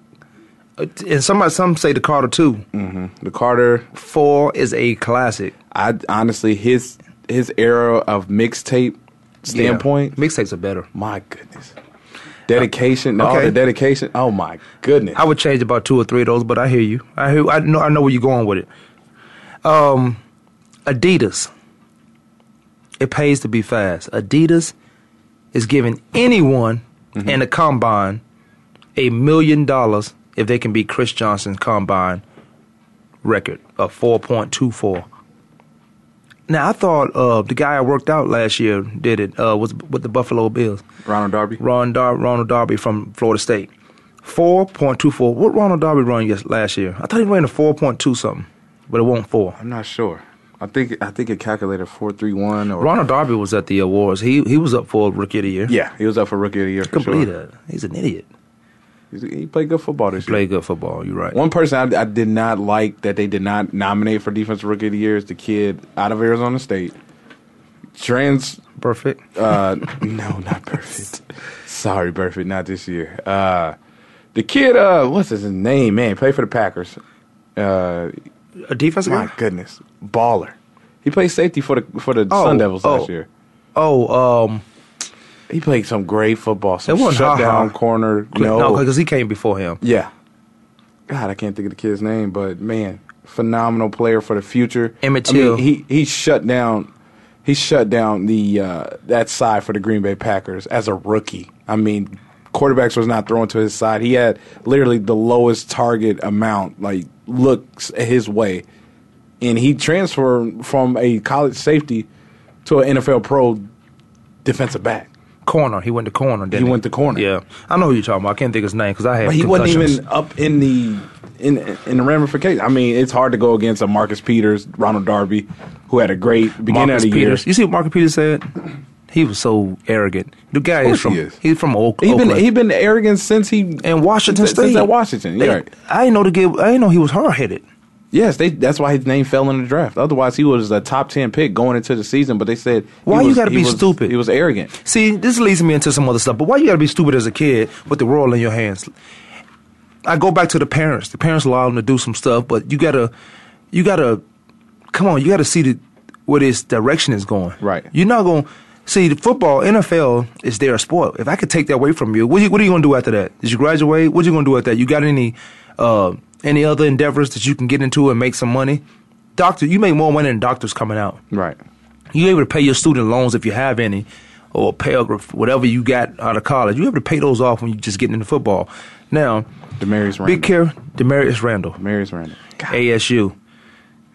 C: Uh, t- And somebody some say the Carter 2
D: Mm-hmm. The Carter
C: Four is a classic.
D: I honestly his his era of mixtape standpoint.
C: Mixtapes are better.
D: My goodness, dedication. all
C: Okay.
D: the dedication. Oh my goodness.
C: I would change about two or three of those, but I hear you. I hear. I know. I know where you're going with it. Um, Adidas. It pays to be fast. Adidas is giving anyone in the combine a million dollars if they can beat Chris Johnson's combine record of 4.24. Now I thought uh, the guy I worked out last year did it uh, was with the Buffalo Bills.
D: Ronald Darby.
C: Ron Dar- Ronald Darby from Florida State. 4.24. What Ronald Darby run yes- last year? I thought he ran a 4.2 something, but it won't 4.
D: I'm not sure. I think I think it calculated four three one or
C: Ronald Darby was at the awards. He he was up for Rookie of the Year.
D: Yeah, he was up for Rookie of the Year. For
C: Couldn't
D: sure.
C: believe that. He's an idiot.
D: He's- He played good football this year.
C: Play good football. You're right.
D: One person I, I did not like that they did not nominate for Defensive Rookie of the Year is the kid out of Arizona State. Trans.
C: Perfect.
D: Uh, no, not perfect. Sorry, perfect. Not this year. Uh, the kid, uh, what's his name, man? Played for the Packers. Uh,
C: A defensive
D: my
C: guy?
D: goodness. Baller. He played safety for the for the
C: Oh,
D: Sun Devils
C: oh.
D: last year.
C: Oh, um,
D: He played some great football. Some
C: It wasn't
D: shutdown
C: Ha-Ha.
D: corner.
C: no, because he came before him.
D: Yeah. God, I can't think of the kid's name, but man, phenomenal player for the future.
C: Emmett
D: I mean,
C: Till.
D: he he shut down he shut down the uh, that side for the Green Bay Packers as a rookie. I mean, quarterbacks was not thrown to his side. He had literally the lowest target amount, like looks his way, and he transferred from a college safety to an NFL pro defensive back.
C: Corner. He went to corner. Didn't
D: He went to corner.
C: Yeah, I know who you're talking about. I can't think of his name because I had.
D: But he wasn't
C: concussions.
D: even up in the in in the ramifications. I mean, it's hard to go against a Marcus Peters, Ronald Darby, who had a great beginning
C: Marcus
D: of the
C: Peters. You
D: year.
C: see what Marcus Peters said? He was was so arrogant. The guy
D: Of
C: is
D: course
C: from
D: he is.
C: he's from Oak,
D: He's been
C: Oakland.
D: he been arrogant since he
C: in Washington
D: since-
C: State.
D: Since at Washington,
C: They-
D: yeah. Right.
C: I didn't know the kid. I didn't know he was hard headed.
D: Yes, they, that's why his name fell in the draft. Otherwise, he was a top ten pick going into the season. But they said, he
C: Why you
D: was-
C: gotta
D: he
C: be
D: was-
C: stupid?
D: He was arrogant.
C: See, this leads me into some other stuff. But why you got to be stupid as a kid with the world in your hands? I go back to the parents. The parents allow them to do some stuff, but you gotta, you gotta, come on, you gotta see the, where this direction is going.
D: Right.
C: You're not gonna see the football, NFL is their sport. If I could take that away from you, what you, what are you gonna do after that? Did you graduate? What you gonna do after that? You got any, uh, any other endeavors that you can get into and make some money? Doctor, you make more money than doctors coming out.
D: Right.
C: You able to pay your student loans if you have any, or pay or whatever you got out of college. You able to pay those off when you just getting into football. Now,
D: Demarius Randall.
C: be careful, Demarius Randall,
D: Demarius Randall.
C: ASU.